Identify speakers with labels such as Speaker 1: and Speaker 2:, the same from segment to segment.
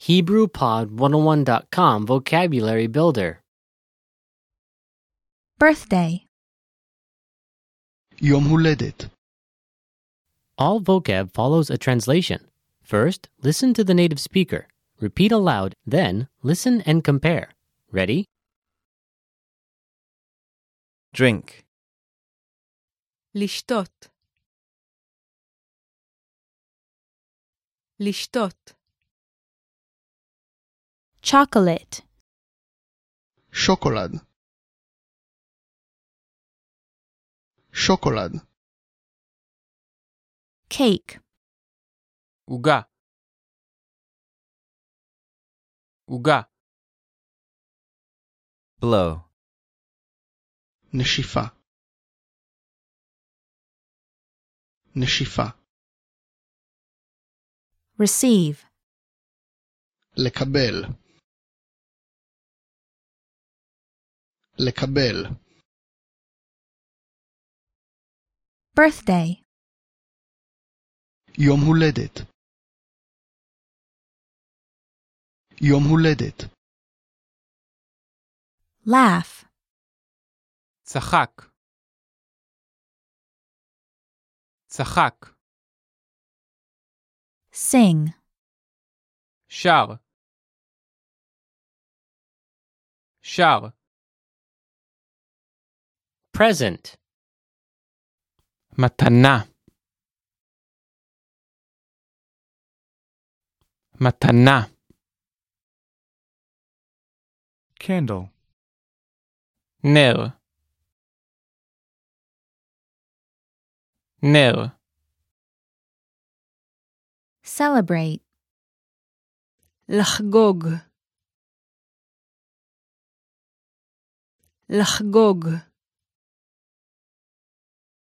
Speaker 1: HebrewPod101.com Vocabulary Builder.
Speaker 2: birthday,
Speaker 3: יום הולדת,
Speaker 1: All vocab follows a translation. First, listen to the native speaker. Repeat aloud, then listen and compare. Ready?
Speaker 4: drink,
Speaker 5: לשתות. לשתות,
Speaker 2: chocolate,
Speaker 3: שוקולד. שוקולד,
Speaker 2: cake,
Speaker 4: עוגה, עוגה, blow,
Speaker 3: נשיפה. נשיפה,
Speaker 2: receive,
Speaker 3: לקבל. לקבל,
Speaker 2: birthday,
Speaker 3: יום הולדת. יום הולדת,
Speaker 2: laugh,
Speaker 4: צחק, צחק,
Speaker 2: sing,
Speaker 4: שר, שר,
Speaker 1: Present.
Speaker 4: מתנה, מתנה,
Speaker 6: candle,
Speaker 4: נר, נר,
Speaker 2: celebrate,
Speaker 5: לחגוג. לחגוג,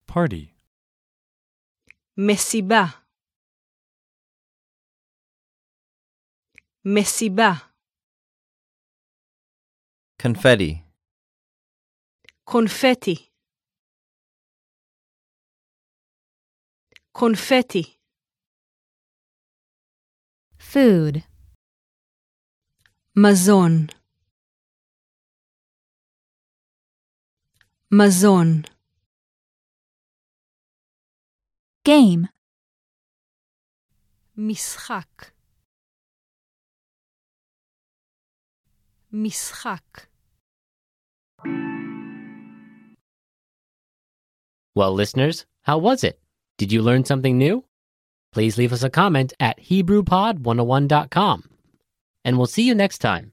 Speaker 6: party,
Speaker 5: מסיבה. מסיבה,
Speaker 7: confetti,
Speaker 5: קונפטי. קונפטי,
Speaker 2: food,
Speaker 5: מזון. מזון.
Speaker 2: game,
Speaker 5: משחק משחק
Speaker 1: Well, listeners, how was it? Did you learn something new? oh Please leave us a comment at HebrewPod101.com. And we'll see you next time.